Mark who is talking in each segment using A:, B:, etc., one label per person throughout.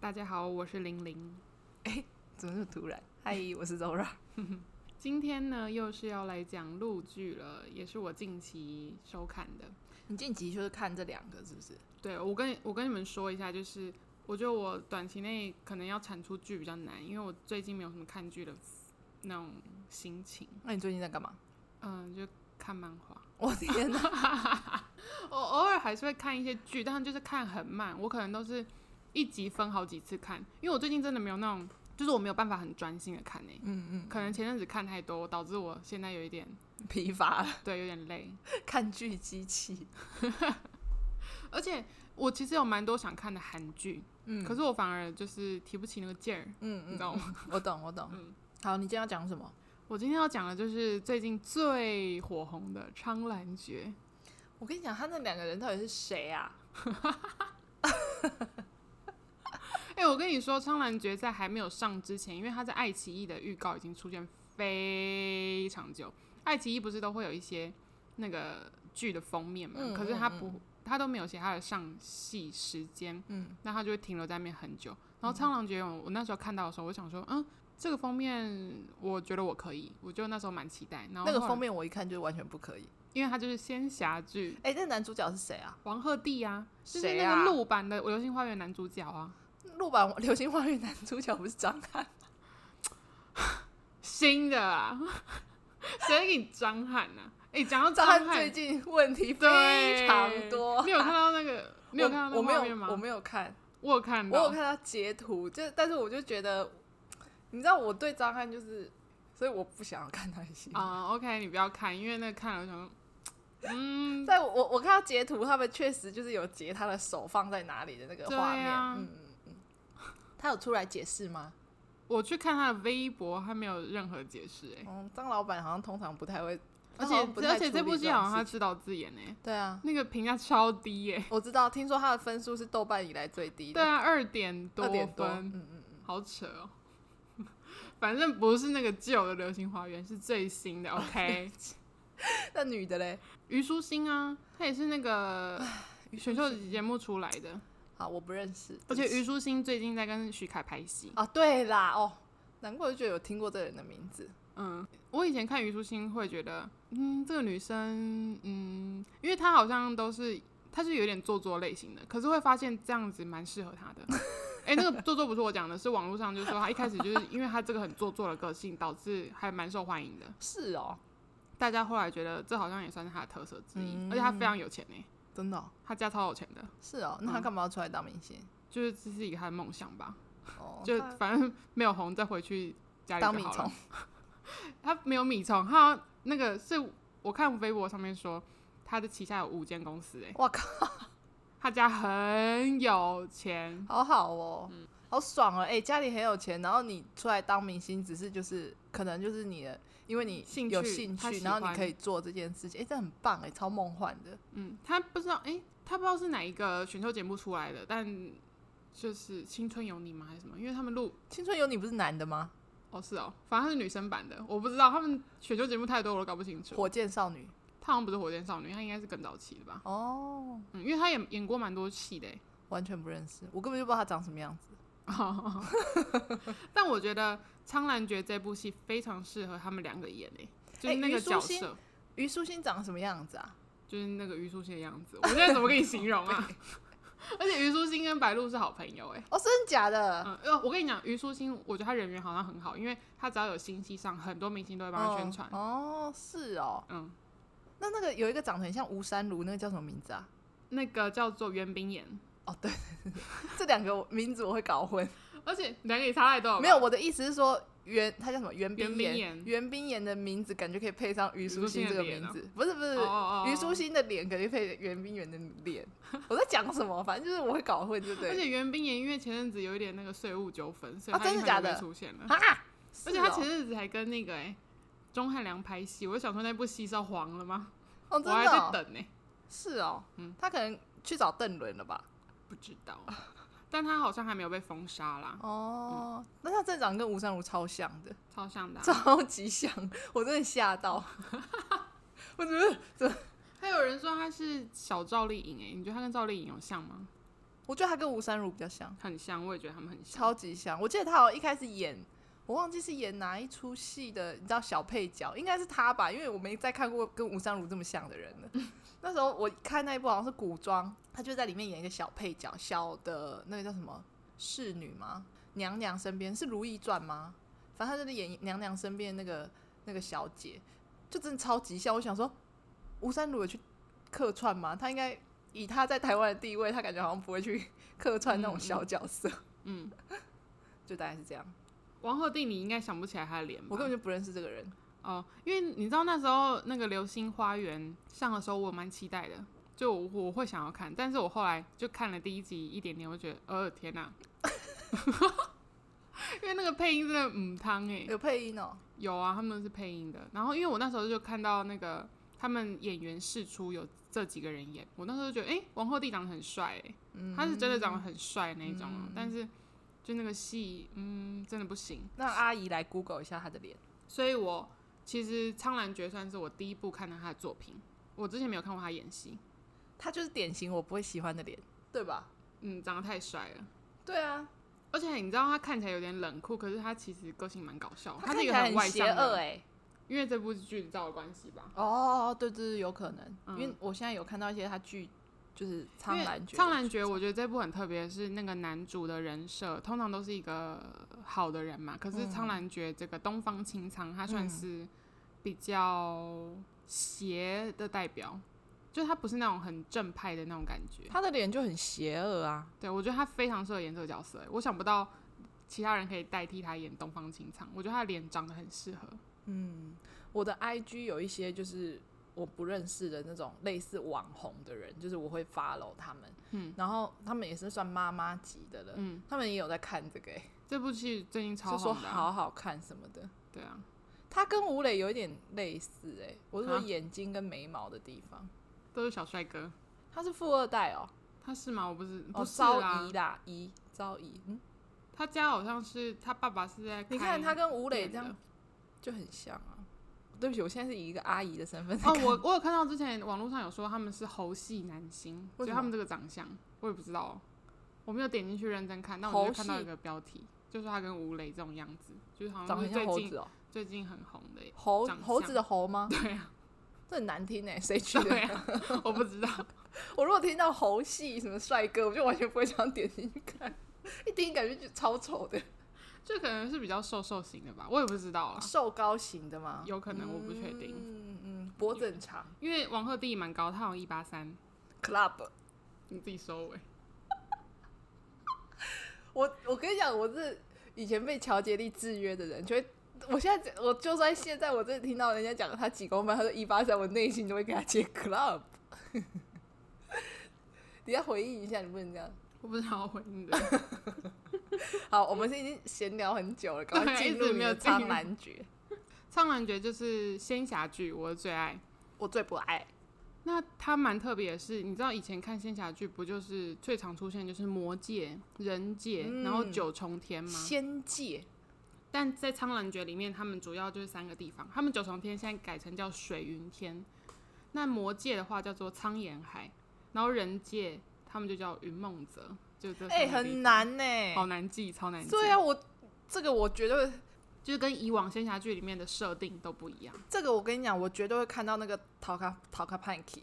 A: 大家好，我是玲玲。
B: 怎么这么突然？嗨，我是 Zora。
A: 今天呢，又是要来讲陆剧了，也是我近期收看的。
B: 你近期就是看这两个是不是？
A: 对我跟我跟你们说一下，就是我觉得我短期内可能要产出剧比较难，因为我最近没有什么看剧的那种心情。
B: 那你最近在干嘛？
A: 嗯，就看漫画。
B: 我天哪！
A: 我偶尔还是会看一些剧，但就是看很慢，我可能都是一集分好几次看，因为我最近真的没有那种，就是我没有办法很专心的看诶、
B: 嗯嗯，
A: 可能前阵子看太多，导致我现在有一点
B: 疲乏了，
A: 对，有点累。
B: 看剧机器。
A: 而且我其实有蛮多想看的韩剧，
B: 嗯
A: 可是我反而就是提不起那个劲儿。
B: 嗯
A: 你懂
B: 嗯我懂，我懂。好，你今天要讲什么？
A: 我今天要讲的就是最近最火红的《苍兰诀
B: 我跟你讲，他那两个人到底是谁啊？》。
A: 哎、我跟你说，《苍兰诀》在还没有上之前，因为它在爱奇艺的预告已经出现非常久。爱奇艺不是都会有一些那个剧的封面嘛？
B: 嗯
A: 可是它
B: 嗯
A: 不，它都没有写它的上戏时间，
B: 嗯，
A: 那它就会停留在那边很久。然后《苍兰诀》，我我那时候看到的时候，我想说，嗯，这个封面我觉得我可以，我就那时候蛮期待。然后
B: 那个
A: 后来
B: 封，面我一看就完全不可以。
A: 因为它就是仙侠剧，
B: 哎，那男主角是谁啊？
A: 王鹤棣啊，就是
B: 谁
A: 那个
B: 啊
A: 陆版的《流星花园》男主角啊。
B: 陆版《流星花园》男主角不是张翰？
A: 新的啊， 谁给你张翰啊？哎、讲到
B: 张
A: 翰
B: 翰最近问题
A: 对
B: 非常多。
A: 你有看到那个？你有看到那个
B: 我没
A: 画面
B: 有，我
A: 吗？
B: 没有看。
A: 我有看
B: 我有
A: 到，
B: 看他截图，就但是我就觉得，你知道我对张翰就是，所以我不想要看他的戏。
A: 啊、o k 你不要看，因为那个看了我想说，嗯，
B: 在我我我看到截图，他们确实就是有截他的手放在哪里的那个
A: 对
B: 画面。
A: 啊
B: 嗯嗯嗯，他有出来解释吗？
A: 我去看他的微博，他没有任何解释、哎，
B: 嗯，张老板好像通常不太会，
A: 而
B: 他好像不
A: 且
B: 太
A: 而且
B: 处理
A: 这部戏好像
B: 种
A: 他
B: 事情
A: 自导自演、哎，
B: 对啊，
A: 那个评价超低、哎，
B: 我知道，听说他的分数是豆瓣以来最低
A: 对
B: 的，
A: 啊，二点多
B: 二点多。
A: 分
B: 嗯，嗯嗯，
A: 好扯哦。 反正不是那个旧的《流星花园》，是最新的。OK，
B: 那女的嘞？
A: 虞书欣啊，她也是那个选秀节目出来的，
B: 好，我不认识。
A: 而且
B: 对不起
A: 虞书欣最近在跟徐凯拍戏。
B: 啊，对啦，哦，难怪我就觉得有听过这个人的名字。
A: 嗯，我以前看虞书欣会觉得，嗯，这个女生，嗯，因为她好像都是她是有点做作类型的，可是会发现这样子蛮适合她的。哎、那个做作不是我讲的，是网络上就说她一开始就是 因为她这个很做作的个性，导致还蛮受欢迎的。
B: 是哦，
A: 大家后来觉得这好像也算是她的特色之一，而且她非常有钱呢、
B: 真的哦、
A: 她家超有钱的，
B: 是哦，那他
A: 嗯
B: 干嘛要出来当明星？
A: 就是这是一个她的梦想吧。
B: 哦，
A: 嗯就
B: 他
A: 反正没有红，再回去家里
B: 当
A: 就
B: 米
A: 好
B: 虫
A: 了。，他没有米虫，他好像那个是我看微博上面说，他的旗下有五间公司、欸，哎，
B: 我靠，
A: 他家很有钱，
B: 好好哦，
A: 嗯
B: 好爽哦！哎、家里很有钱，然后你出来当明星，只是就是可能就是你的，因为你
A: 兴
B: 有
A: 趣
B: 兴
A: 他
B: 趣，
A: 喜
B: 然后你
A: 欢
B: 可以做这件事情，哎、这很棒哎、超梦幻的。
A: 嗯，他不知道，哎、他不知道是哪一个选秀节目出来的，但就是《青春有你》吗还是什么？因为他们录。
B: 青春有你不是男的吗？
A: 哦，是哦，反正他是女生版的，我不知道他们选秀节目太多，我都搞不清楚。
B: 火箭少女
A: 他好像不是火箭少女，他应该是更早期的吧？
B: 哦，
A: 嗯，因为他演演过蛮多戏的欸，
B: 完全不认识，我根本就不知道他长什么样子。
A: 但我觉得《苍兰诀》这部戏非常适合他们两个演诶、就是
B: 哎
A: 那
B: 虞
A: 个
B: 书
A: 角
B: 欣
A: 色，
B: 虞书欣长什么样子啊？
A: 就是那个虞书欣的样子。我现在怎么跟你形容 啊？而且虞书欣跟白鹿是好朋友诶、
B: 哦，真的假的？
A: 嗯，呃，我跟你讲，虞书欣，我觉得她人缘好像很好，因为她只要有新戏上，很多明星都会帮她宣传。
B: 哦，哦是哦。
A: 嗯，
B: 那那个有一个长得很像吴山如，那个叫什么名字啊？
A: 那个叫做袁冰妍，
B: 这两个我名字我会搞混。
A: 而且两个也差太多了吧，
B: 没有，我的意思是说，袁他叫什么？袁
A: 袁
B: 冰
A: 冰
B: 妍
A: 妍。
B: 袁冰妍的名字感觉可以配上虞书欣这个名字，不是不是
A: 哦，哦哦，
B: 虞书欣的脸感觉配袁冰妍的 脸。我在讲什么？反正就是我会搞混，对不
A: 而
B: 对？
A: 且袁冰妍因为前阵子有一点那个税务纠纷，所以
B: 啊
A: 她
B: 真
A: 一
B: 的
A: 开
B: 假
A: 始就
B: 的
A: 出现了。
B: 啊，
A: 而且他前
B: 实
A: 阵子还跟那个哎、钟汉良拍戏，我就想说那部戏是要黄了吗？
B: 哦，
A: 我
B: 真
A: 还
B: 的
A: 在
B: 哦
A: 等呢、
B: 是哦
A: 嗯，
B: 他可能去找邓伦了吧？
A: 不知道。 但他好像还没有被封杀啦，
B: 哦，那他镇长跟吴珊如超像的，
A: 超像的啊、
B: 超级像，我真的吓到。我怎么
A: 还有人说他是小赵丽颖哎，你觉得他跟赵丽颖有像吗？
B: 我觉得他跟吴珊如比较像，
A: 很像，我也觉得他们很像。
B: 超级像。我记得他好像一开始演，我忘记是演哪一出戏的，你知道小配角应该是他吧？因为我没再看过跟吴珊如这么像的人了。那时候我看那一部好像是古装，他就在里面演一个小配角，小的那个叫什么侍女吗？娘娘身边是《如懿传》吗？反正他就是演娘娘身边那个那个小姐，就真的超级像。我想说，吴珊如有去客串吗？他应该以他在台湾的地位，他感觉好像不会去 客串那种小角色。
A: 嗯，
B: 就大概是这样。
A: 王鹤棣你应该想不起来他的脸吧？
B: 我根本就不认识这个人。
A: 哦，因为你知道那时候那个《流星花园》上的时候，我蛮期待的，就我我会想要看，但是我后来就看了第一集一点点，我觉得，呃，天哪、因为那个配音真的嗯汤哎，
B: 有配音哦，
A: 有啊，他们是配音的。然后因为我那时候就看到那个他们演员试出有这几个人演，我那时候就觉得，哎、王鹤棣长得很帅、欸，他是真的长得很帅那一种哦、但是就那个戏，嗯，真的不行。
B: 让阿姨来 Google 一下他的脸。
A: 所以我其实《苍兰诀》算是我第一部看到他的作品，我之前没有看过他演戏，
B: 他就是典型我不会喜欢的脸，对吧？
A: 嗯，长得太帅了。
B: 对啊，
A: 而且你知道他看起来有点冷酷，可是他其实个性蛮搞笑，
B: 他
A: 是一
B: 看
A: 个
B: 起来
A: 外
B: 邪
A: 向的
B: 恶
A: 人，
B: 哎。
A: 因为这部剧照的关系吧。
B: 哦，对对对，有可能，
A: 嗯
B: 因为我现在有看到一些他剧，就是《
A: 因
B: 苍
A: 为
B: 兰诀》。
A: 苍兰诀，我觉得这部很特别，是那个男主的人设通常都是一个好的人嘛，可是《
B: 嗯
A: 苍兰诀》这个东方青苍，他算是比较邪的代表，就他不是那种很正派的那种感觉。
B: 他的脸就很邪恶啊。
A: 对，我觉得他非常适合演这个角色欸，我想不到其他人可以代替他演东方青苍。我觉得他的脸长得很适合。
B: 我的 IG 有一些就是我不认识的那种类似网红的人，就是我会 follow 他们，
A: 嗯，
B: 然后他们也是算妈妈级的了，
A: 嗯，
B: 他们也有在看这个、欸，
A: 这部戏最近超
B: 就说
A: 红的啊、
B: 好好看什么的。
A: 对啊，
B: 他跟吴磊有一点类似、欸，我是说
A: 啊
B: 眼睛跟眉毛的地方。
A: 都是小帅哥。
B: 他是富二代哦，
A: 他是吗？我不是，
B: 哦，
A: 不是啊啦。
B: 昭仪啦，仪昭仪，嗯，
A: 他家好像是他爸爸是在
B: 你
A: 开
B: 看他跟吴磊
A: 店
B: 这样
A: 的
B: 就很像啊。对不起，我现在是以一个阿姨的身份在
A: 哦
B: 看，，
A: 我我有看到之前网络上有说他们是猴系男星，
B: 为
A: 所
B: 什么
A: 以他们这个长相我也不知道哦，我没有点进去认真看，但
B: 猴
A: 我
B: 系
A: 就看到一个标题，就是他跟吴磊这种样子，就是好像
B: 长得
A: 是
B: 很
A: 最
B: 像猴
A: 近
B: 子哦，，
A: 最近很红的耶
B: 猴
A: 长相
B: 猴子的猴吗？
A: 对啊，
B: 这很难听哎、谁取的？
A: 对啊，我不知道，
B: 我如果听到猴戏什么帅哥，我就完全不会想点进去看，一听感觉就超丑的，
A: 这可能是比较瘦瘦型的吧，我也不知道啊，
B: 哦瘦高型的吗？
A: 有可能我不确定，
B: 啊嗯嗯，脖子很长
A: 因为王鹤棣也蛮高，他好像一八三，
B: ，club。
A: 你自己欸收尾，
B: 我我跟你讲，我是以前被乔杰利制约的人，就会。我现在我就算现在我真的听到人家讲他几公分，他说一八三，我内心就会给他接 club。你要回忆一下，你不能这样。
A: 我不知道我回应 的，
B: 好，我们是已经闲聊很久了，赶快
A: 对
B: 进
A: 一
B: 入
A: 直
B: 你
A: 没有
B: 的
A: 进入
B: 苍兰诀。
A: 苍兰诀就是仙侠剧，我的最爱。
B: 我最不爱，
A: 那它蛮特别的是，你知道以前看仙侠剧不就是最常出现就是魔界、人界，
B: 嗯
A: 然后九重天吗？
B: 仙界
A: 但在《苍兰诀》里面，他们主要就是三个地方，他们九重天现在改成叫水云天，那魔界的话叫做苍岩海，然后人界他们就叫云梦泽，就这
B: 哎、
A: 三个地
B: 很
A: 方，
B: 难呢、
A: 好难记，超难记。哦
B: 对啊，，我这个我绝对，
A: 就是跟以往仙侠剧里面的设定都不一样。
B: 这个我跟你讲，我绝对会看到那个陶卡陶卡潘奇，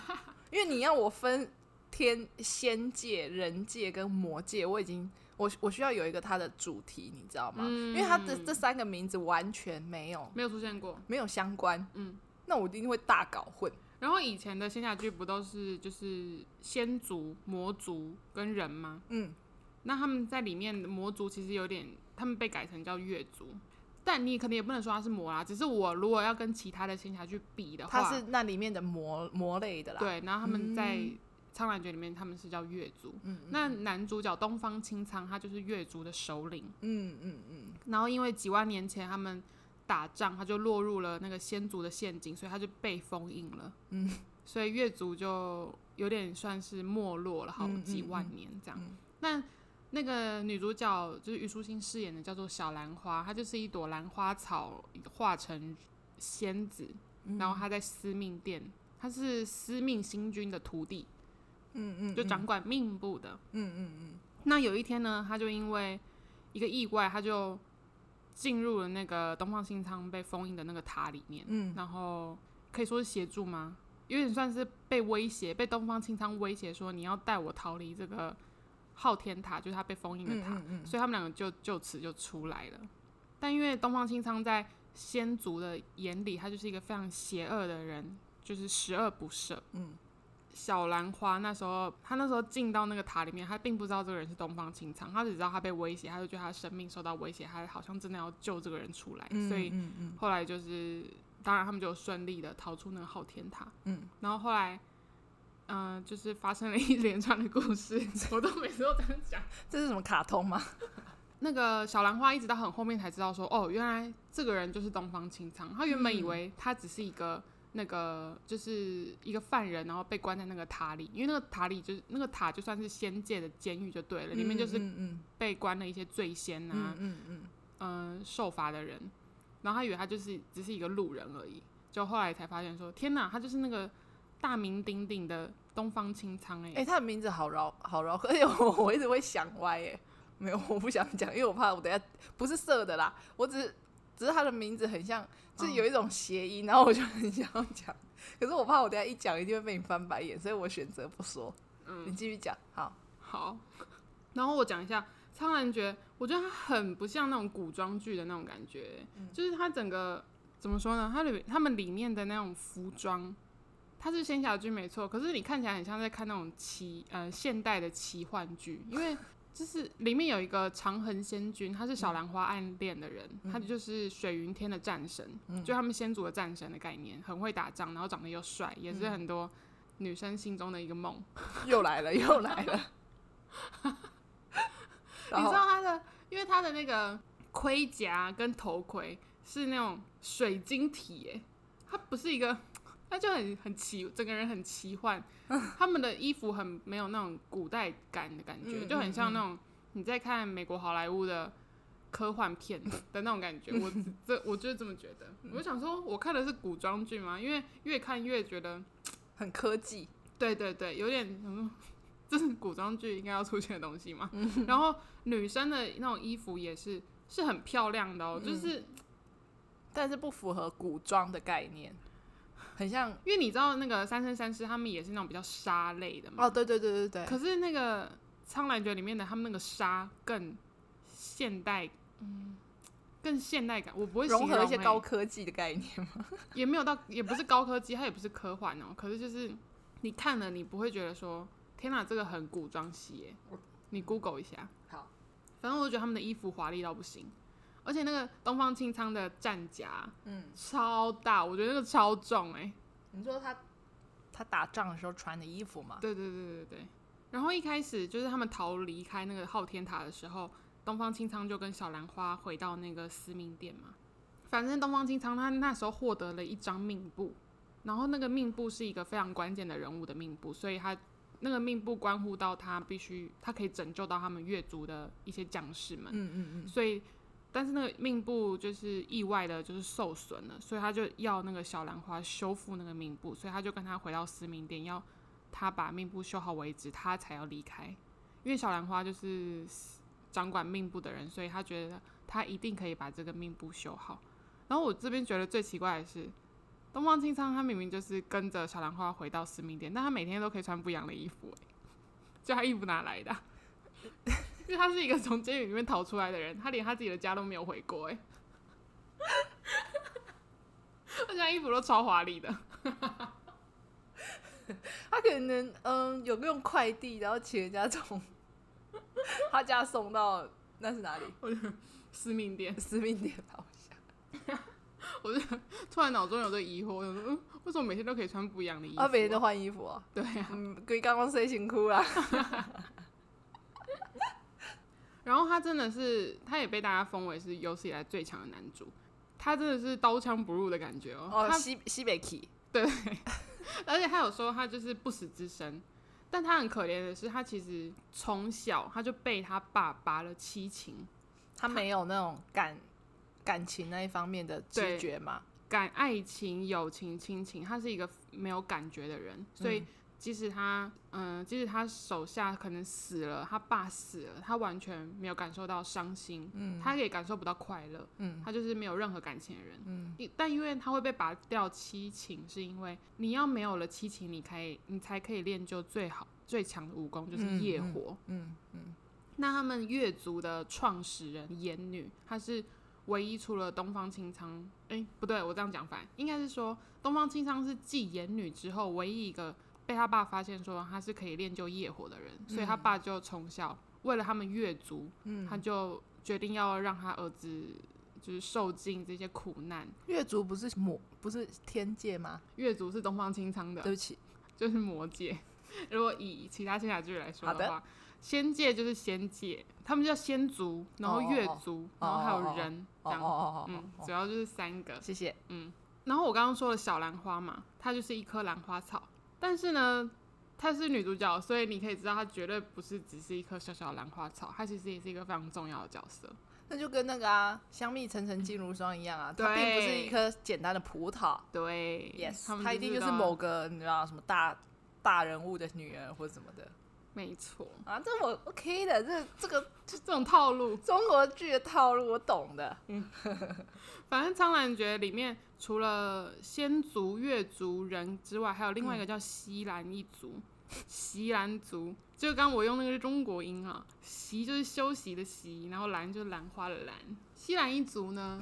B: 因为你要我分天仙界、人界跟魔界，我已经我我需要有一个它的主题，你知道吗？
A: 嗯
B: 因为它的这三个名字完全没有
A: 没有出现过，
B: 没有相关，
A: 嗯，
B: 那我一定会大搞混。
A: 然后以前的仙侠剧不都是就是仙族、魔族跟人吗？
B: 嗯，
A: 那他们在里面的魔族其实有点，他们被改成叫月族，但你可能也不能说他是魔啦，只是我如果要跟其他的仙侠去比的话，
B: 它是那里面的魔魔类的啦。
A: 对，然后他们在《苍兰诀》里面他们是叫月族，
B: 嗯
A: 那男主角东方青苍他就是月族的首领，
B: 嗯嗯嗯，
A: 然后因为几万年前他们打仗，他就落入了那个仙族的陷阱，所以他就被封印了。嗯，所以月族就有点算是没落了好
B: 嗯嗯嗯
A: 几万年这样。那那个女主角就是虞书欣饰演的，叫做小兰花，她就是一朵兰花草化成仙子，然后她在司命殿，她是司命星君的徒弟。
B: 嗯嗯，
A: 就
B: 嗯
A: 掌管命部的。
B: 嗯嗯嗯，
A: 那有一天呢，他就因为一个意外，他就进入了那个东方新仓被封印的那个塔里面，
B: 嗯
A: 然后可以说是协助吗？有点算是被威胁，被东方青仓威胁说你要带我逃离这个昊天塔，就是他被封印的
B: 嗯
A: 塔，
B: 嗯嗯，
A: 所以他们两个就就此就出来了。但因为东方青仓在仙族的眼里，他就是一个非常邪恶的人，就是十恶不赦。
B: 嗯，
A: 小兰花那时候，他那时候进到那个塔里面，他并不知道这个人是东方青苍，他只知道他被威胁，他就觉得他生命受到威胁，他好像真的要救这个人出来，
B: 嗯
A: 所以
B: 嗯嗯
A: 后来就是，当然他们就顺利的逃出那个昊天塔，
B: 嗯，
A: 然后后来。嗯、就是发生了一 连串的故事，我都每次都这样讲。
B: 这是什么卡通吗？
A: 那个小兰花一直到很后面才知道说，哦，原来这个人就是东方青苍。他原本
B: 嗯
A: 以为他只是一个、那个就是一个犯人，然后被关在那个塔里，因为那个塔里就是那个塔就算是仙界的监狱就对了，里面就是
B: 嗯嗯
A: 被关了一些罪仙
B: 嗯
A: 啊
B: 嗯，嗯嗯，
A: 嗯、受罚的人。然后他以为他就是只是一个路人而已，就后来才发现说，天哪，他就是那个大名鼎鼎的东方青苍哎、
B: 哎、他的名字好绕好绕口，而且我我一直会想歪哎、没有，我不想讲，因为我怕我等下不是色的啦，我只是只是他的名字很像，
A: 嗯
B: 就是有一种谐音，然后我就很想要讲，可是我怕我等下一讲一定会被你翻白眼，所以我选择不说。
A: 嗯
B: 你继续讲，好，
A: 好，然后我讲一下《苍兰诀》，我觉得它很不像那种古装剧的那种感觉，就是它整个怎么说呢？它里他们里面的那种服装，它是仙侠剧没错，可是你看起来很像在看那种奇呃现代的奇幻剧，因为。就是里面有一个长恒仙君，他是小兰花暗恋的人，他就是水云天的战神，就他们仙族的战神的概念，很会打仗，然后长得又帅，也是很多女生心中的一个梦。
B: 又来了，又 来了。然
A: 你
B: 后
A: 知道他的，因为他的那个盔甲跟头盔是那种水晶体，耶，他不是一个，他就很很奇，整个人很奇 幻。他们的衣服很没有那种古代感的感觉，
B: 嗯
A: 就很像那种你在看美国好莱坞的科幻片 的那种感觉。我这我就是这么觉得。
B: 嗯
A: 我就想说，我看的是古装剧嘛，因为越看越觉得，
B: 很科技，
A: 对对对，有点嗯，这是古装剧应该要出现的东西嘛。
B: 嗯
A: 然后女生的那种衣服也是是很漂亮的哦，
B: 嗯
A: 就是
B: 但是不符合古装的概念，很像
A: 因为你知道那个三生三世他们也是那种比较纱类的嘛。
B: 哦，对对对对对，
A: 可是那个《苍兰诀》里面的他们那个纱更现代，嗯，更现代感，我不会
B: 融
A: 形
B: 合一些
A: 容欸
B: 高科技的概念。
A: 也没有到，也不是高科技，它也不是科幻哦。可是就是你看了，你不会觉得说，天哪，这个很古装戏耶。你 Google 一下。
B: 好，
A: 反正我觉得他们的衣服华丽到不行，而且那个东方青苍的战甲
B: 嗯，
A: 超大，我觉得那个超重哎、
B: 你说他他打仗的时候穿的衣服吗？
A: 对对对对对。然后一开始就是他们逃离开那个昊天塔的时候，东方青苍就跟小兰花回到那个司命殿嘛。反正东方青苍他那时候获得了一张命簿，然后那个命簿是一个非常关键的人物的命簿，所以他那个命簿关乎到他必须，他可以拯救到他们越族的一些将士们。
B: 嗯嗯
A: 所以，但是那个命部就是意外的，就是受损了，所以他就要那个小兰花修复那个命部，所以他就跟他回到思明殿，要他把命部修好为止，他才要离开。因为小兰花就是掌管命部的人，所以他觉得他一定可以把这个命部修好。然后我这边觉得最奇怪的是，东方青苍他明明就是跟着小兰花回到思明殿，但他每天都可以穿不一样的衣服、欸，就他衣服哪来的啊、因为他是一个从监狱里面逃出来的人，他连他自己的家都没有回过、欸，哎， 而且他衣服都超华丽的，
B: 他可能嗯有用快递，然后请人家从 他家送到那是哪里？
A: 私命店。
B: 私密店吧。
A: 突然脑中有这个疑惑，我想说，嗯，为什么每天都可以穿不一样的衣服、
B: 哦他每天都换衣服啊？
A: 对啊。
B: 嗯，鬼刚刚睡辛苦啦。
A: 然后他真的是，他也被大家封为是有史以来最强的男主，他真的是刀枪不入的感觉哦。
B: 哦，
A: 他
B: 西西北 k
A: 而且他有说他就是不死之身，但他很可怜的是，他其实从小他就被他爸拔了七情，
B: 他没有那种感感情那一方面的知
A: 对
B: 觉嘛？嗯
A: 感爱情、友情、亲情，他是一个没有感觉的人，所以即使他，嗯、即使他手下可能死了，他爸死了，他完全没有感受到伤心，
B: 嗯
A: 他也感受不到快乐，
B: 嗯
A: 他就是没有任何感情的人。
B: 嗯
A: 因但因为他会被拔掉七情，是因为你要没有了七情，你可以你才可以练就最好最强的武功，就是
B: 嗯
A: 业
B: 嗯
A: 火。
B: 嗯嗯，
A: 那他们越族的创始人岩女，她是唯一除了东方青苍，诶，不对，我这样讲反，应该是说东方青苍是继岩女之后唯一一个被他爸发现说他是可以练就业火的人，所以他爸就从小为了他们越族，
B: 嗯
A: 他就决定要让他儿子就是受尽这些苦难。
B: 月族不是魔，不是天界吗？
A: 越族是东方青苍的
B: 对，不起，
A: 就是魔界。 如果以其他仙侠剧来说
B: 好的
A: 的话，仙界就是仙界，他们叫仙族，然后
B: 哦哦
A: 月族，
B: 哦
A: 然后还
B: 哦
A: 有人，这
B: 哦
A: 样，
B: 哦哦哦
A: 嗯，
B: 哦
A: 主要就是三个
B: 哦，，谢谢。
A: 嗯。然后我刚刚说的小兰花嘛，它就是一棵兰花草，但是呢，她是女主角，所以你可以知道她绝对不是只是一棵小小兰花草，她其实也是一个非常重要的角色。
B: 那就跟那个啊，香蜜沉沉烬如霜一样啊，它
A: 对
B: 并不是一颗简单的葡萄
A: 对
B: ，yes，
A: 他们
B: 它一定就是
A: 都
B: 某个你知道什么大大人物的女儿或者什么的
A: 没错，
B: 啊，这我 OK 的，这这个
A: 就这种套路。
B: 中国剧的套路我懂的，
A: 反正《苍兰诀》里面除了仙族、月族人之外，还有另外一个叫西兰一族，席兰族。就刚刚我用那个是中国音啊，席就是休息的席，然后兰就是兰花的兰。西兰一族呢，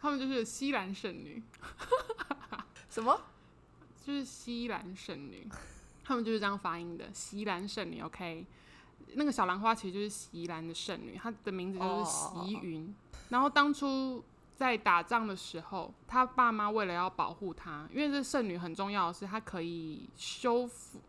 A: 他们就是西兰圣女，
B: 什么
A: 就是西兰圣女，他们就是这样发音的。西兰圣女，OK，那个小兰花其实就是西兰的圣女，她的名字就是
B: 哦
A: 席云。然后当初在打仗的时候，她爸妈为了要保护她，因为这圣女很重要的是她可以修复、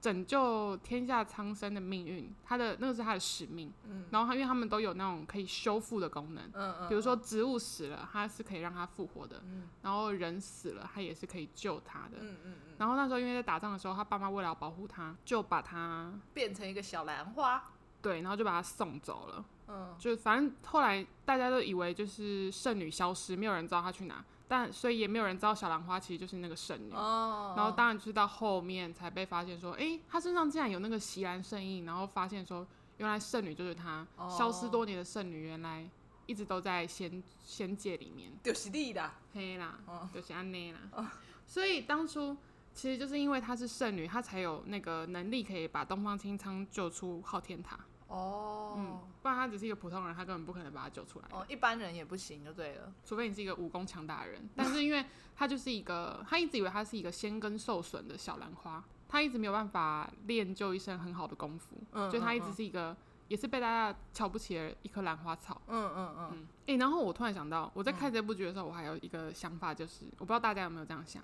A: 拯救天下苍生的命运，她的那个是她的使命。
B: 嗯
A: 然后她因为他们都有那种可以修复的功能，
B: 嗯嗯，
A: 比如说植物死了，它是可以让它复活的；
B: 嗯
A: 然后人死了，它也是可以救他的。
B: 嗯嗯嗯，
A: 然后那时候因为在打仗的时候，他爸妈为了要保护他，就把他
B: 变成一个小兰花，
A: 对，然后就把他送走了。
B: 嗯
A: 就反正后来大家都以为就是圣女消失，没有人知道她去哪，但所以也没有人知道小兰花其实就是那个圣女。
B: 哦，
A: 然后当然就是到后面才被发现说，诶，她身上竟然有那个席兰圣印，然后发现说原来圣女就是她，
B: 哦
A: 消失多年的圣女原来一直都在仙仙界里面。
B: 就是你啦，
A: 黑啦，
B: 哦
A: 就是安内啦。所以当初其实就是因为她是圣女，她才有那个能力可以把东方青苍救出昊天塔。
B: 哦。
A: 嗯，不然她只是一个普通人，她根本不可能把她救出来，
B: 哦，一般人也不行就对了。
A: 除非你是一个武功强大的 人。但是因为她就是一个，她一直以为她是一个先根受损的小兰花，她一直没有办法练就一身很好的功夫，
B: 嗯
A: 就她一直
B: 嗯
A: 是一个。也是被大家瞧不起的一棵兰花草，
B: 嗯嗯嗯，
A: 嗯，哎、然后我突然想到，我在看这部剧的时候，我还有一个想法，就是我不知道大家有没有这样想，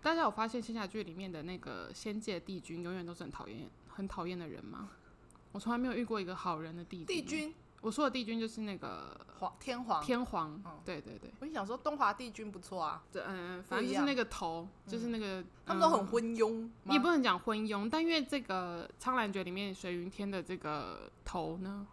A: 大家有发现仙侠剧里面的那个仙界帝君永远都是很讨厌、很讨厌的人吗？我从来没有遇过一个好人的帝君。
B: 帝，君
A: 我说的帝君就是那个
B: 皇天皇，
A: 天皇，
B: 嗯
A: 对对对，
B: 我就想说东华帝君不错啊，
A: 这嗯，
B: 不
A: 反正
B: 一
A: 就
B: 样
A: 是那个头，就是那个，
B: 他们都
A: 嗯
B: 很昏庸吗，
A: 也不能讲昏庸，但因为这个《苍兰诀》里面水云天的这个头呢，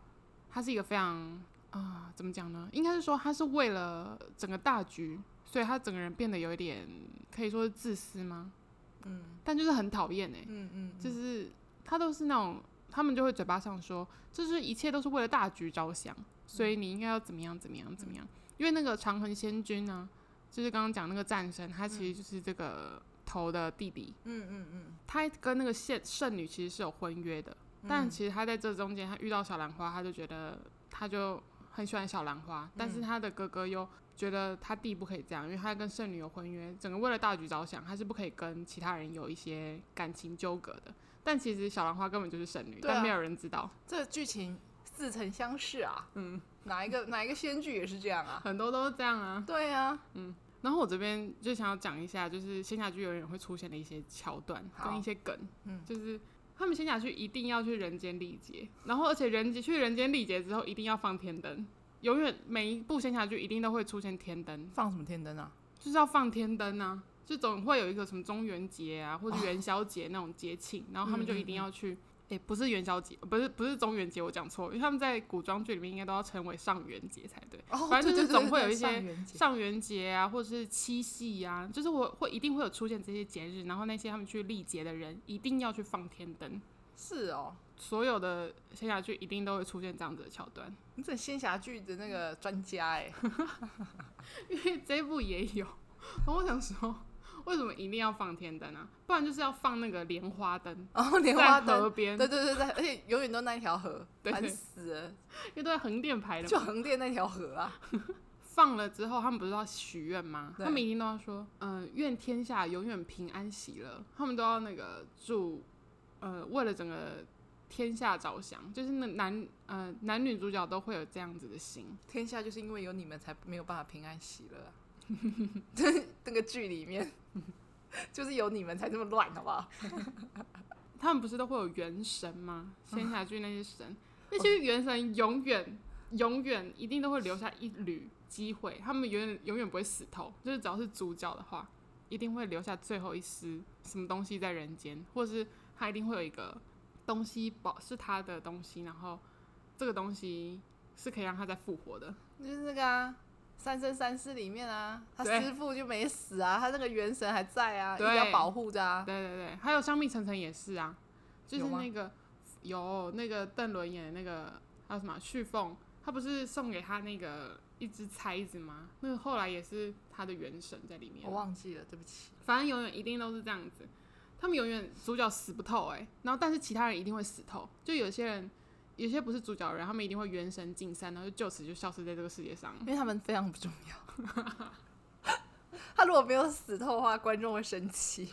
A: 他是一个非常啊、怎么讲呢？应该是说他是为了整个大局，所以他整个人变得有一点可以说是自私吗？
B: 嗯
A: 但就是很讨厌哎，
B: 嗯嗯，
A: 就是是他都是那种，他们就会嘴巴上说，就是一切都是为了大局着想，所以你应该要怎么样怎么样怎么样。
B: 嗯
A: 因为那个长恒仙君呢，就是刚刚讲那个战神，他其实就是这个头的弟弟。
B: 嗯嗯嗯，
A: 他跟那个圣圣女其实是有婚约的，但其实他在这中间，他遇到小兰花，他就觉得他就很喜欢小兰花，但是他的哥哥又觉得他弟不可以这样，因为他跟圣女有婚约，整个为了大局着想，他是不可以跟其他人有一些感情纠葛的。但其实小兰花根本就是圣女，
B: 对啊
A: 但没有人知道，
B: 这个剧情似曾相识啊，
A: 嗯，
B: 哪一个 哪一个仙剧也是这 样啊？
A: 很多都是这样啊。
B: 对啊，
A: 然后我这边就想要讲一下，就是仙侠剧永远会出现的一些桥段
B: 好
A: 跟一些梗，
B: 嗯
A: 就是他们仙侠剧一定要去人间历劫，然后而且人去人间历劫之后一定要放天灯，永远每一部仙侠剧一定都会出现天灯，
B: 放什么天灯啊？
A: 就是要放天灯啊，
B: 哦嗯
A: 就总会有一个什么中元节啊或者元宵节那种节庆，然后他们就一定要去诶，不是元宵节，不是不是中元节，我讲错了，因为他们在古装剧里面应该都要称为上元节才对。
B: 哦，
A: 反正就是
B: 对对对
A: 总会有
B: 对
A: 一些
B: 上元节
A: 上元节啊，或者是七夕啊，就是我会一定会有出现这些节日，然后那些他们去历节的人一定要去放天灯，
B: 是哦，
A: 所有的仙侠剧一定都会出现这样子的桥段，
B: 你这仙侠剧的那个专家哎、
A: 因为这一部也有。然后我想说，为什么一定要放天灯啊？不然就是要放那个莲花灯，
B: 然后莲花
A: 在
B: 灯，
A: 河边，
B: 对对对对，而且永远都那一条河，
A: 对哎
B: 烦
A: 对
B: 死了，
A: 因为都在横店排的
B: 就
A: 嘛。
B: 横店那条河啊，
A: 放了之后，他们不是要许愿吗？
B: 对
A: 他们一定都要说，嗯、愿天下永远平安喜乐。他们都要那个祝，呃，为了整个天下着想，就是那男呃男女主角都会有这样子的心。
B: 天下就是因为有你们才没有办法平安喜 乐、啊， 那个剧里面 就是有你们才这么乱，好不好？
A: 他们不是都会有元神吗？仙侠剧那些神，那些元神永远永远一定都会留下一缕机会，他们永远永远不会死透，就是只要是主角的话，一定会留下最后一丝什么东西在人间，或是他一定会有一个东西保是他的东西，然后这个东西是可以让他再复活的。
B: 就是那个啊。三生三世里面啊，他
A: 对
B: 师傅就没死啊，他那个元神还在啊，一直
A: 对
B: 要保护着啊。
A: 对对对，还有《香蜜沉沉》也是啊，就是
B: 有吗
A: 那个有那个邓伦演的那个还有什么啊旭凤，他不是送给他那个一只钗子吗？那个后来也是他的元神在里面
B: 我，忘记了，对不起。
A: 反正永远一定都是这样子，他们永远主角死不透哎、然后但是其他人一定会死透，就有些人。有些不是主角的人，他们一定会元神尽散，然后就就此就消失在这个世界上了。
B: 因为他们非常不重要。他如果没有死透的话，观众会生气。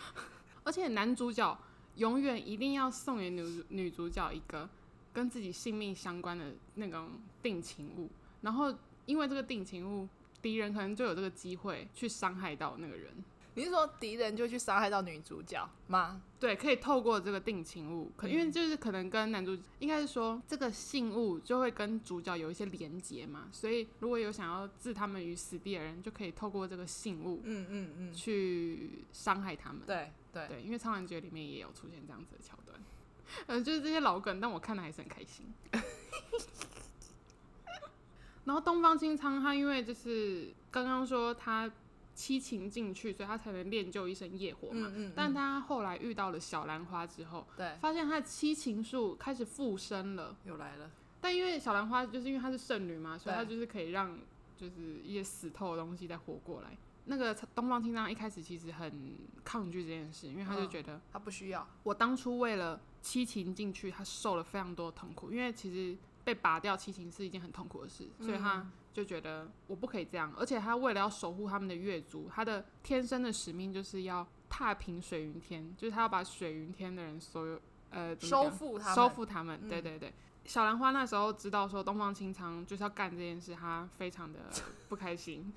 A: 而且男主角永远一定要送给女主女主角一个跟自己性命相关的那种定情物，然后因为这个定情物，敌人可能就有这个机会去伤害到那个人。
B: 你是说敌人就去伤害到女主角吗？
A: 对，可以透过这个定情物，可因为就是可能跟男主，应该是说这个信物就会跟主角有一些连结嘛，所以如果有想要置他们于死地的人，就可以透过这个信物
B: 嗯嗯嗯，
A: 去伤害他们。
B: 对对
A: 对，因为《苍兰诀》里面也有出现这样子的桥段，呃，就是这些老梗，但我看的还是很开心。 然后东方青苍他因为就是刚刚说他七情进去，所以他才能练就一身业火嘛。
B: 嗯嗯，嗯
A: 但他后来遇到了小兰花之后，
B: 对
A: 发现他的七情术开始附身了。
B: 又来了，
A: 但因为小兰花就是因为她是圣女嘛，所以
B: 对
A: 她就是可以让就是一些死透的东西再活过来。那个东方青藏一开始其实很抗拒这件事，因为他就
B: 嗯
A: 觉得、
B: 他不需要。
A: 我当初为了七情进去，他受了非常多的痛苦，因为其实被拔掉七情是一件很痛苦的事，所以他
B: 嗯
A: 就觉得我不可以这样。而且他为了要守护他们的月族，他的天生的使命就是要踏平水云天，就是他要把水云天的人所有呃怎么
B: 收
A: 讲
B: 复他们
A: 收复他们。
B: 嗯
A: 对对对，小兰花那时候知道说东方青苍就是要干这件事，她非常 的不开心，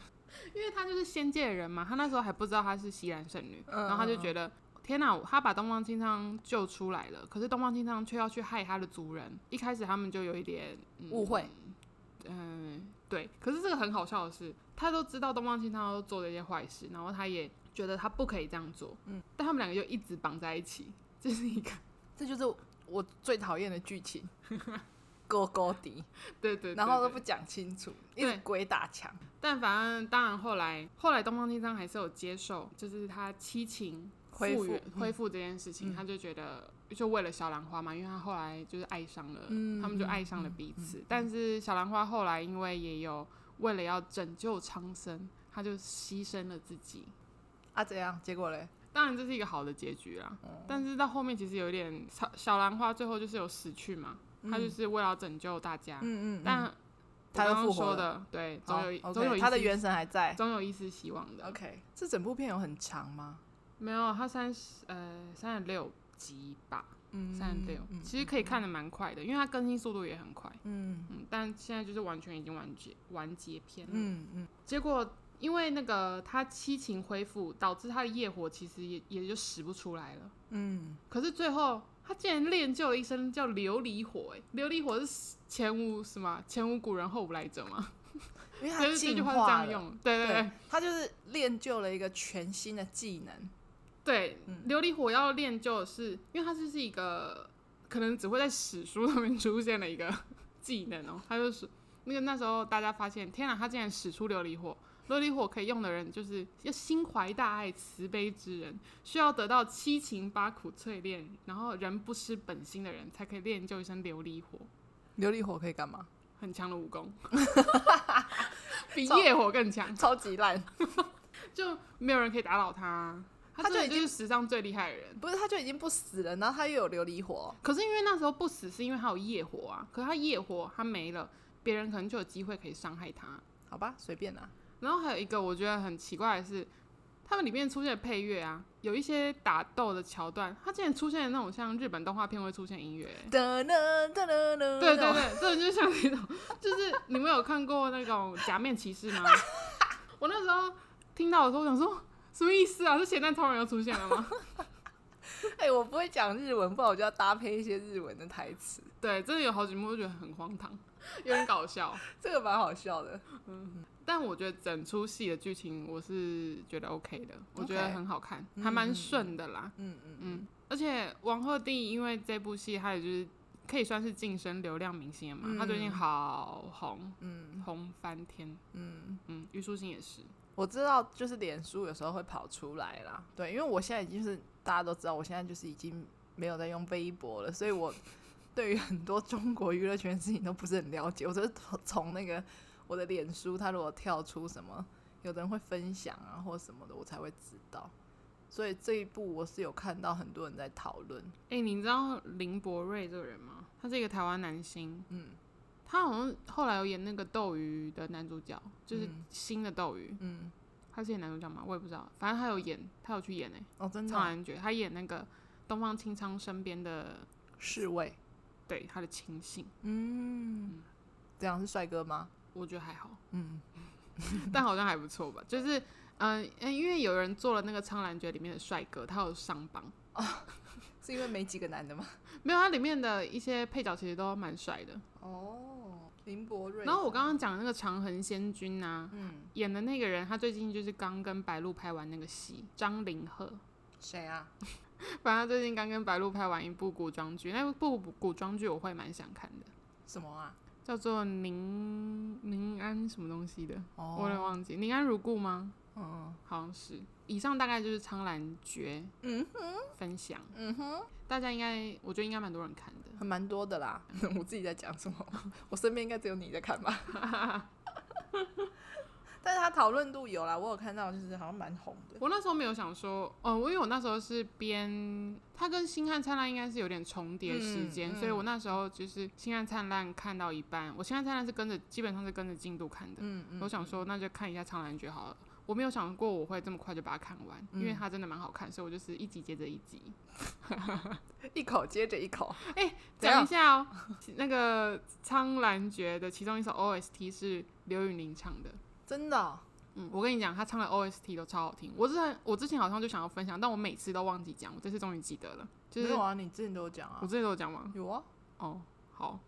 A: 因为她就是仙界的人嘛，她那时候还不知道她是西兰圣女，
B: 嗯
A: 然后她就觉得。天呐，她把东方青苍救出来了，可是东方青苍却要去害她的族人。一开始他们就有一点嗯
B: 误会
A: 嗯，对。可是这个很好笑的是，他都知道东方青苍都做了一些坏事，然后他也觉得他不可以这样做，嗯，但他们两个就一直绑在一起，这是一个
B: 这就是我最讨厌的剧 情，勾勾敌，
A: 对对对
B: 然后都
A: 对
B: 不讲清楚，一
A: 对
B: 直鬼打墙。
A: 但反正当然后来后来东方青苍还是有接受，就是他七情
B: 恢
A: 复
B: 复
A: 原
B: 嗯
A: 恢复这件事情，
B: 嗯
A: 他就觉得就为了小兰花嘛，因为他后来就是爱上了，
B: 嗯
A: 他们就爱上了彼此。但是小兰花后来因为也有为了要拯救苍生，他就牺牲了自己。
B: 啊，怎样？结果嘞？
A: 当然这是一个好的结局啦，
B: 哦
A: 但是到后面其实有点小小兰花最后就是有死去嘛，他就是为了要拯救大家，
B: 嗯嗯嗯，
A: 但我
B: 他又
A: 刚刚
B: 复活
A: 说
B: 了
A: 的对，总
B: 好
A: 有一总有
B: OK，
A: 一
B: 他的
A: 丝
B: 元神还在。
A: 总有一丝希望的。
B: OK，这整部片有很长吗？
A: 没有，它三十呃三十六集吧，
B: 嗯
A: 三十六，其实可以看的蛮快的，因为它更新速度也很快。
B: 嗯
A: 嗯，但现在就是完全已经完结完结篇了。
B: 嗯嗯，
A: 结果因为那个他七情恢复，导致他的业火其实也也就使不出来了。
B: 嗯，
A: 可是最后他竟然练就了一身叫琉璃火、欸，琉璃火是前无什么前无古人后无来者嘛，
B: 因为
A: 就
B: 他
A: 是这句
B: 进
A: 话是这
B: 化
A: 样
B: 了，
A: 用的。对对对
B: 对，他就是练就了一个全新的技能，
A: 对
B: 嗯，
A: 琉璃火要练就是，因为它就是一个可能只会在史书上面出现的一个 技能哦。他就是那个那时候大家发现，天哪，他竟然使出琉璃火！琉璃火可以用的人就是要心怀大爱、慈悲之人，需要得到七情八苦淬炼，然后人不失本心的人才可以练就一身琉璃火，
B: 琉璃火可以干嘛？
A: 很强的武功， 比业火更强，
B: 超级烂，
A: 就没有人可以打倒他。
B: 他
A: 他
B: 就
A: 真的
B: 已
A: 就是史上最厉害的人。
B: 不是他就已经不死了，然后他又有琉璃火，
A: 可是因为那时候不死，是因为他有业火啊。可是他业火他没了，别人可能就有机会可以伤害他。
B: 好吧，随便啦。
A: 然后还有一个我觉得很奇怪的是，他们里面出现的配乐啊，有一些打斗的桥段，它竟然出现的那种像日本动画片会出现音乐、欸。
B: 噔噔噔噔噔，
A: 对对，对，这种就像那种，就是你们有看过那种假面骑士吗？我那时候听到的时候，我想说什么意思啊？是咸蛋超人又出现了吗？
B: 哎、我不会讲日文，不然我就要搭配一些日文的台词，
A: 对，真的有好几幕我觉得很荒唐，有点搞笑。
B: 这个蛮好笑的。
A: 但我觉得整出戏的剧情我是觉得 OK 的，我觉
B: OK
A: 得很好看，还蛮顺的啦。
B: 嗯嗯嗯，
A: 嗯，而且王鹤棣因为这部戏，他也就是可以算是晋升流量明星了嘛，他最
B: 嗯
A: 近好红，嗯，红翻天，嗯嗯，虞书欣也是，
B: 我知道，就是脸书有时候会跑出来啦。对，因为我现在已经是大家都知道，我现在就是已经没有在用微博了，所以 我对于很多中国娱乐圈事情都不是很了解。我就是从从那个我的脸书，它如果跳出什么，有的人会分享啊或什么的，我才会知道。所以这一部我是有看到很多人在讨论，
A: 哎、你知道林柏瑞这个人吗？他是一个台湾男星，嗯，他好像后来有演那个《斗鱼》的男主角，就是
B: 嗯
A: 新的《斗鱼》，
B: 嗯，
A: 他是演男主角吗？我也不知道，反正他有演，他有去演哎、
B: 哦，真的
A: 超
B: 哦
A: 男爵，他演那个东方青苍身边的，
B: 侍卫，
A: 对他的亲信，
B: 嗯，这样是帅哥吗？
A: 我觉得还好，
B: 嗯，
A: 但好像还不错吧。就是，嗯、呃，因为有人做了那个《苍兰诀》里面的帅哥，他有上榜，
B: 是因为没几个男的吗？
A: 没有他里面的一些配角其实都蛮帅的。
B: 哦，林柏瑞。
A: 然后我刚刚讲的那个长恒仙君啊，
B: 嗯，
A: 演的那个人，他最近就是刚跟白鹿拍完那个戏，张凌赫。
B: 谁啊？
A: 反正他最近刚跟白鹿拍完一部古装剧，那部古装剧我会蛮想看的，
B: 什么啊？
A: 叫做宁宁安什么东西的。
B: 哦，
A: 我有点忘记，宁安如故吗？
B: 嗯
A: 好像是。以上大概就是《苍兰诀》
B: 嗯
A: 分享，
B: 嗯哼，
A: 大家应该，我觉得应该蛮多人看的。
B: 还蛮多的啦。 我自己在讲什么？我身边应该只有你在看吧。 但是他讨论度有啦，我有看到，就是好像蛮红的。
A: 我那时候没有想说，哦，我因为我那时候是编，它跟《星汉灿烂》应该是有点重叠时间，
B: 嗯嗯
A: 所以我那时候就是《星汉灿烂》看到一半，我《星汉灿烂》是跟着，基本上是跟着进度看的。
B: 嗯
A: 我想说，那就看一下《苍兰诀》好了。我没有想过我会这么快就把它看完，因为
B: 嗯
A: 它真的蛮好看，所以我就是一集接着一集。
B: 一口接着一口。怎
A: 讲
B: 样
A: 一下哦，那个《苍兰诀》的其中一首 OST 是刘宇宁唱的。
B: 真的哦、
A: 嗯，我跟你讲，他唱的 OST 都超好听。我之前我之前好像就想要分享，但我每次都忘记讲，我这次终于记得了。就是
B: 没有啊，你之前都有讲啊
A: 我。之前都有讲吗？
B: 有啊，
A: 哦，好，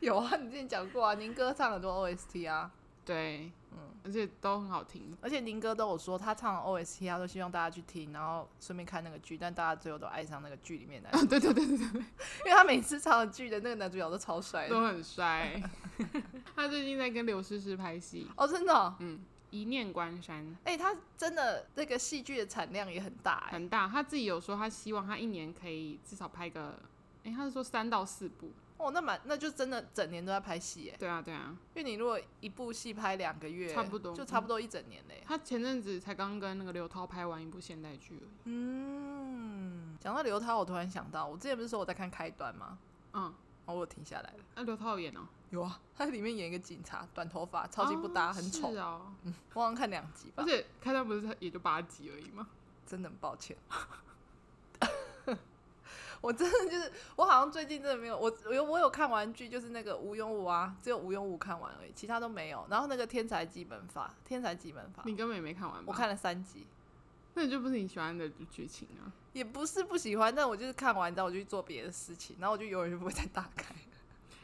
B: 有啊，你之前讲过啊。宁哥唱很多 OST 啊，
A: 对，嗯，而且都很好听。
B: 而且宁哥都有说他唱 OST，他都希望大家去听，然后顺便看那个剧，但大家最后都爱上那个剧里面的男 主
A: 对
B: 角，
A: 对对对
B: 因为他每次唱的剧的那个男主角都超帅
A: 对，
B: 的。
A: 都很帅。 他最近在跟刘诗诗拍戏，
B: 哦，真的、哦，
A: 嗯，《一念关山》
B: 哎、他真的那个戏剧的产量也很大、哎，
A: 很大，他自己有说他希望他一年可以至少拍个，诶，他是说三到四部。
B: 哦，那蛮那就真的整年都在拍戏、哎，
A: 对啊，对啊，
B: 因为你如果一部戏拍两个月，
A: 差不多嗯
B: 就差不多一整年嘞、哎
A: 他前阵子才刚跟那个刘涛拍完一部现代剧而已。
B: 嗯，讲到刘涛，我突然想到，我之前不是说我在看开端吗？
A: 嗯，
B: 哦，我有停下来了。
A: 那刘涛有演哦，
B: 有啊，他里面演一个警察，短头发，超级不搭，
A: 哦
B: 很丑
A: 是。哦，
B: 我好像看两集吧
A: 而，且开端不是也就八集而已吗？
B: 真的很抱歉。 我真的就是，我好像最近真的没有，我我有我有看完剧，就是那个《无庸无》啊，只有《无庸无》看完而已，其他都没有。然后那个《天才基本法》，《天才基本法》，
A: 你根本也没看完吧？
B: 我，看了三集，
A: 那就不是你喜欢的剧情啊。
B: 也不是不喜欢，但我就是看完，你知道我就去做别的事情，然后我就永远就不会再打开。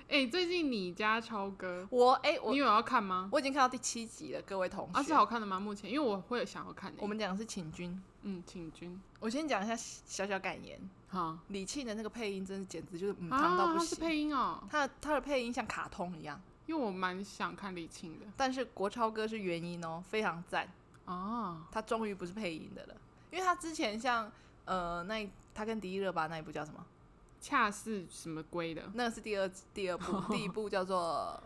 A: 哎、最近你家超哥，
B: 我哎、
A: 你
B: 我
A: 有要看吗？
B: 我已经看到第七集了，各位同
A: 啊，是
B: 学。
A: 好看的吗？目前，因为我会想要看、欸。
B: 我们讲的是请君，
A: 嗯，请君，
B: 我先讲一下小小感言，
A: 好
B: 李沁的那个配音真是简直就是嗯
A: 啊
B: 糖，到不
A: 他是
B: 行。
A: 配音哦，
B: 他的他的配音像卡通一样，
A: 因为我蛮想看李沁的
B: 但是国超哥是原音哦，非常赞。
A: 哦，
B: 他终于不是配音的了，因为他之前像呃那一他跟迪丽热巴那一部叫什么？
A: 恰似什么龟的，
B: 那个是第二第二部，第一部叫做，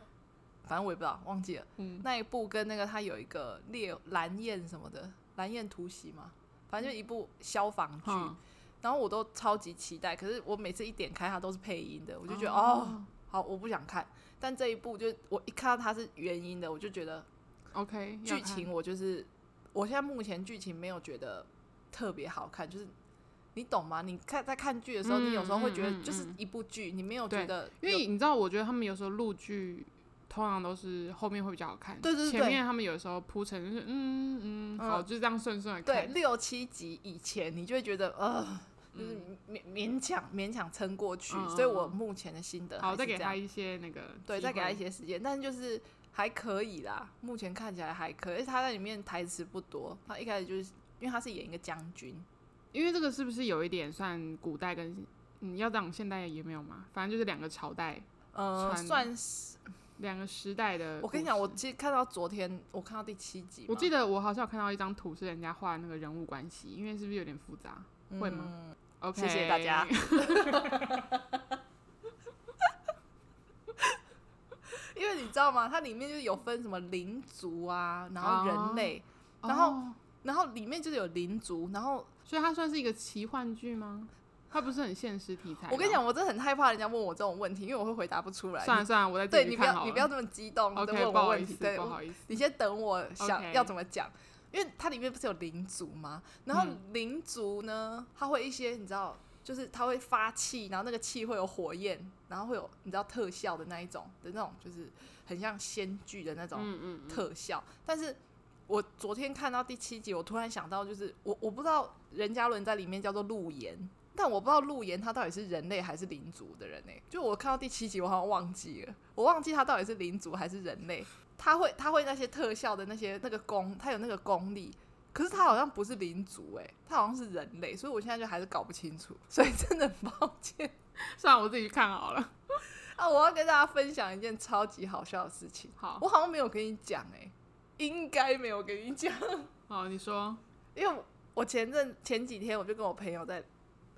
B: 反正我也不知道，忘记了。
A: 嗯，
B: 那一部跟那个他有一个猎蓝焰什么的，蓝焰突袭嘛，反正就一部消防剧。
A: 嗯
B: 然后我都超级期待，可是我每次一点开它都是配音的，我就觉得哦
A: 哦
B: 好，我不想看。但这一部就我一看到它是原音的，我就觉得
A: ，OK，要
B: 剧
A: 看
B: 情我就是我现在目前剧情没有觉得特别好看，就是你懂吗？你看在看剧的时候，
A: 嗯
B: 你有时候会
A: 嗯
B: 觉得
A: 嗯
B: 就是
A: 嗯
B: 一部剧，你没有
A: 对
B: 觉得
A: 因
B: 有
A: 为你知道，我觉得他们有时候录剧通常都是后面会比较好看，
B: 对对对
A: 前面他们有时候铺陈就是嗯嗯好，
B: 嗯
A: 就这样顺顺的
B: 对
A: 看，嗯
B: 六七集以前，你就会觉得呃，就是勉勉强勉强撑过去。
A: 嗯嗯
B: 所以我目前的心得还
A: 好，
B: 是
A: 再给
B: 这
A: 他
B: 样
A: 一些那个，
B: 对，再给他一，些时间，但就是还可以啦。目前看起来还可以，而且他在里面台词不多，他一开始就是因为他是演一个将军，
A: 因为这个是不是有一点算古代跟嗯，要讲现代也没有嘛，反正就是两个朝代、
B: 呃，
A: 穿
B: 算是
A: 两个时代的故事。
B: 我跟你讲，我其实看到昨天，我看到第七集嘛，
A: 我记
B: 得
A: 得我好像有看到一张图是人家画那个人物关系，因为是不是有点复杂？会吗？OK，
B: 嗯谢谢大家。因为你知道吗？它里面就是有分什么灵族啊，然后人类，然后
A: 哦
B: 然后里面就是有灵族，然后
A: 所以它算是一个奇幻剧吗？它不是很现实题材吗。
B: 我跟你讲，我真的很害怕人家问我这种问题，因为我会回答不出来。
A: 算了算了，我再
B: 对
A: 自己去
B: 你不
A: 看
B: 要
A: 好
B: 你
A: 了
B: 不要这么激动的
A: OK，
B: 问
A: 不
B: 我
A: 好意
B: 问题，
A: 思，
B: 对
A: 不，好意思，
B: 你先等我想
A: OK
B: 要怎么讲，因为它里面不是有灵族吗？然
A: 嗯
B: 后灵族呢，它会一些你知道，就是它会发气，然后那个气会有火焰，然后会有你知道特效的那一种的那种，就是很像仙剧的那种
A: 嗯嗯嗯，
B: 特效。但是我昨天看到第七集，我突然想到，就是我我不知道任嘉伦在里面叫做陆岩，但我不知道陆岩他到底是人类还是灵族的人呢、就我看到第七集，我好像忘记了，我忘记他到底是灵族还是人类。他会他会那些特效的那些那个功，他有那个功力。可是他好像不是灵族哎、他好像是人类，所以我现在就还是搞不清楚， 所以真的很抱歉
A: 算了，我自己去看好了。
B: 啊！我要跟大家分享一件超级好笑的事情，
A: 好，
B: 我好像没有跟你讲哎、应该没有跟你讲。
A: 好，你说，
B: 因为我前阵前几天我就跟我朋友在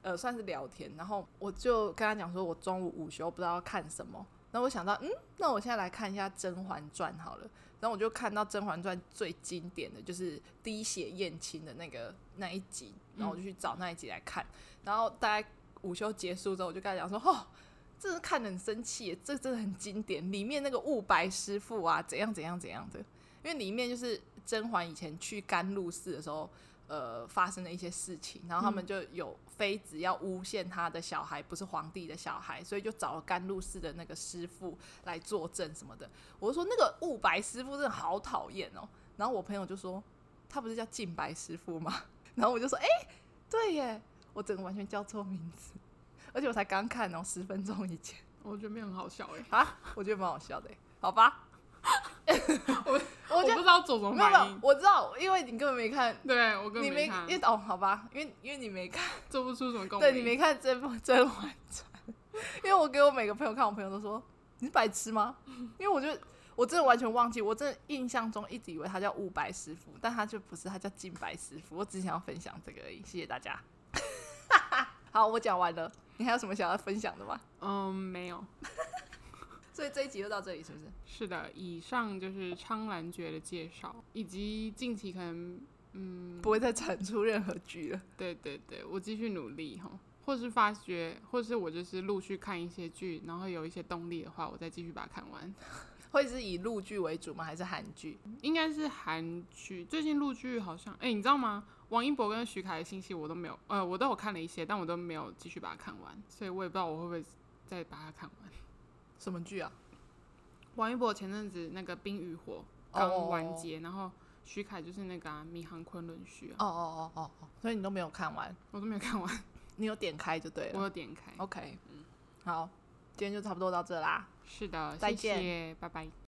B: 呃算是聊天，然后我就跟他讲说，我中午午休不知道要看什么，然后我想到，嗯，那我现在来看一下《甄嬛传》好了。然后我就看到《甄嬛传》最经典的就是滴血验亲的那个那一集，然后我就去找那一集来看。然后大概午休结束之后，我就跟他讲说：“哦，这是看得很生气耶，这真的很经典。里面那个雾白师傅啊，怎样怎样怎样的，因为里面就是甄嬛以前去甘露寺的时候，呃，发生了一些事情，然后他
A: 嗯
B: 们就有妃子要诬陷他的小孩不是皇帝的小孩，所以就找了甘露寺的那个师傅来作证什么的。我就说那个雾白师傅真的好讨厌哦。然后我朋友就说，他不是叫净白师傅吗？ 然后我就说，哎、对耶，我整个完全叫错名字，而且我才刚看哦，十分钟以前
A: 我觉得没有很好笑哎，
B: 啊，我觉得蛮好笑的耶，好吧？我
A: 我不
B: 觉得
A: 知道走什么
B: 没有没
A: 反
B: 有
A: 应，，
B: 我知道，因为你根本没看，
A: 对我根
B: 你
A: 本
B: 没
A: 看
B: 因，为哦，好吧，因为因为你没看，
A: 做不出什么共鸣，
B: 对你没看这部《甄嬛传》，因为我给我每个朋友看，我朋友都说你是白痴吗？因为我就我真的完全忘记，我真的印象中一直以为他叫雾白师傅，但他就不是，他叫净白师傅。我只想要分享这个而已，谢谢大家。好，我讲完了，你还有什么想要分享的吗？
A: 嗯，没有。
B: 所以这一集就到这里，是不是？
A: 是的，以上就是《苍兰诀》的介绍，以及近期可能，嗯，
B: 不会再产出任何剧了。
A: 对对对，我继续努力哈，或是发觉，或是我就是陆续看一些剧，然后有一些动力的话，我再继续把它看完。
B: 会是以陆剧为主吗？还是韩剧？
A: 应该是韩剧，最近陆剧好像，哎、你知道吗？王一博跟徐凯的信息我都没有，呃，我都有看了一些，但我都没有继续把它看完，所以我也不知道我会不会再把它看完。
B: 什么剧啊？
A: 王一博前阵子那个《冰与火》
B: 哦
A: 刚完结然后徐凯就是那个、啊《迷航昆仑虚》啊，
B: 哦哦哦哦哦，所以你都没有看完，
A: 我都没有看完。
B: 你有点开就对啊
A: 我
B: 了。
A: 有点开。
B: OK，好，今天就差不多到这啦。
A: 是的，
B: 再
A: 谢
B: 见
A: 谢，拜拜。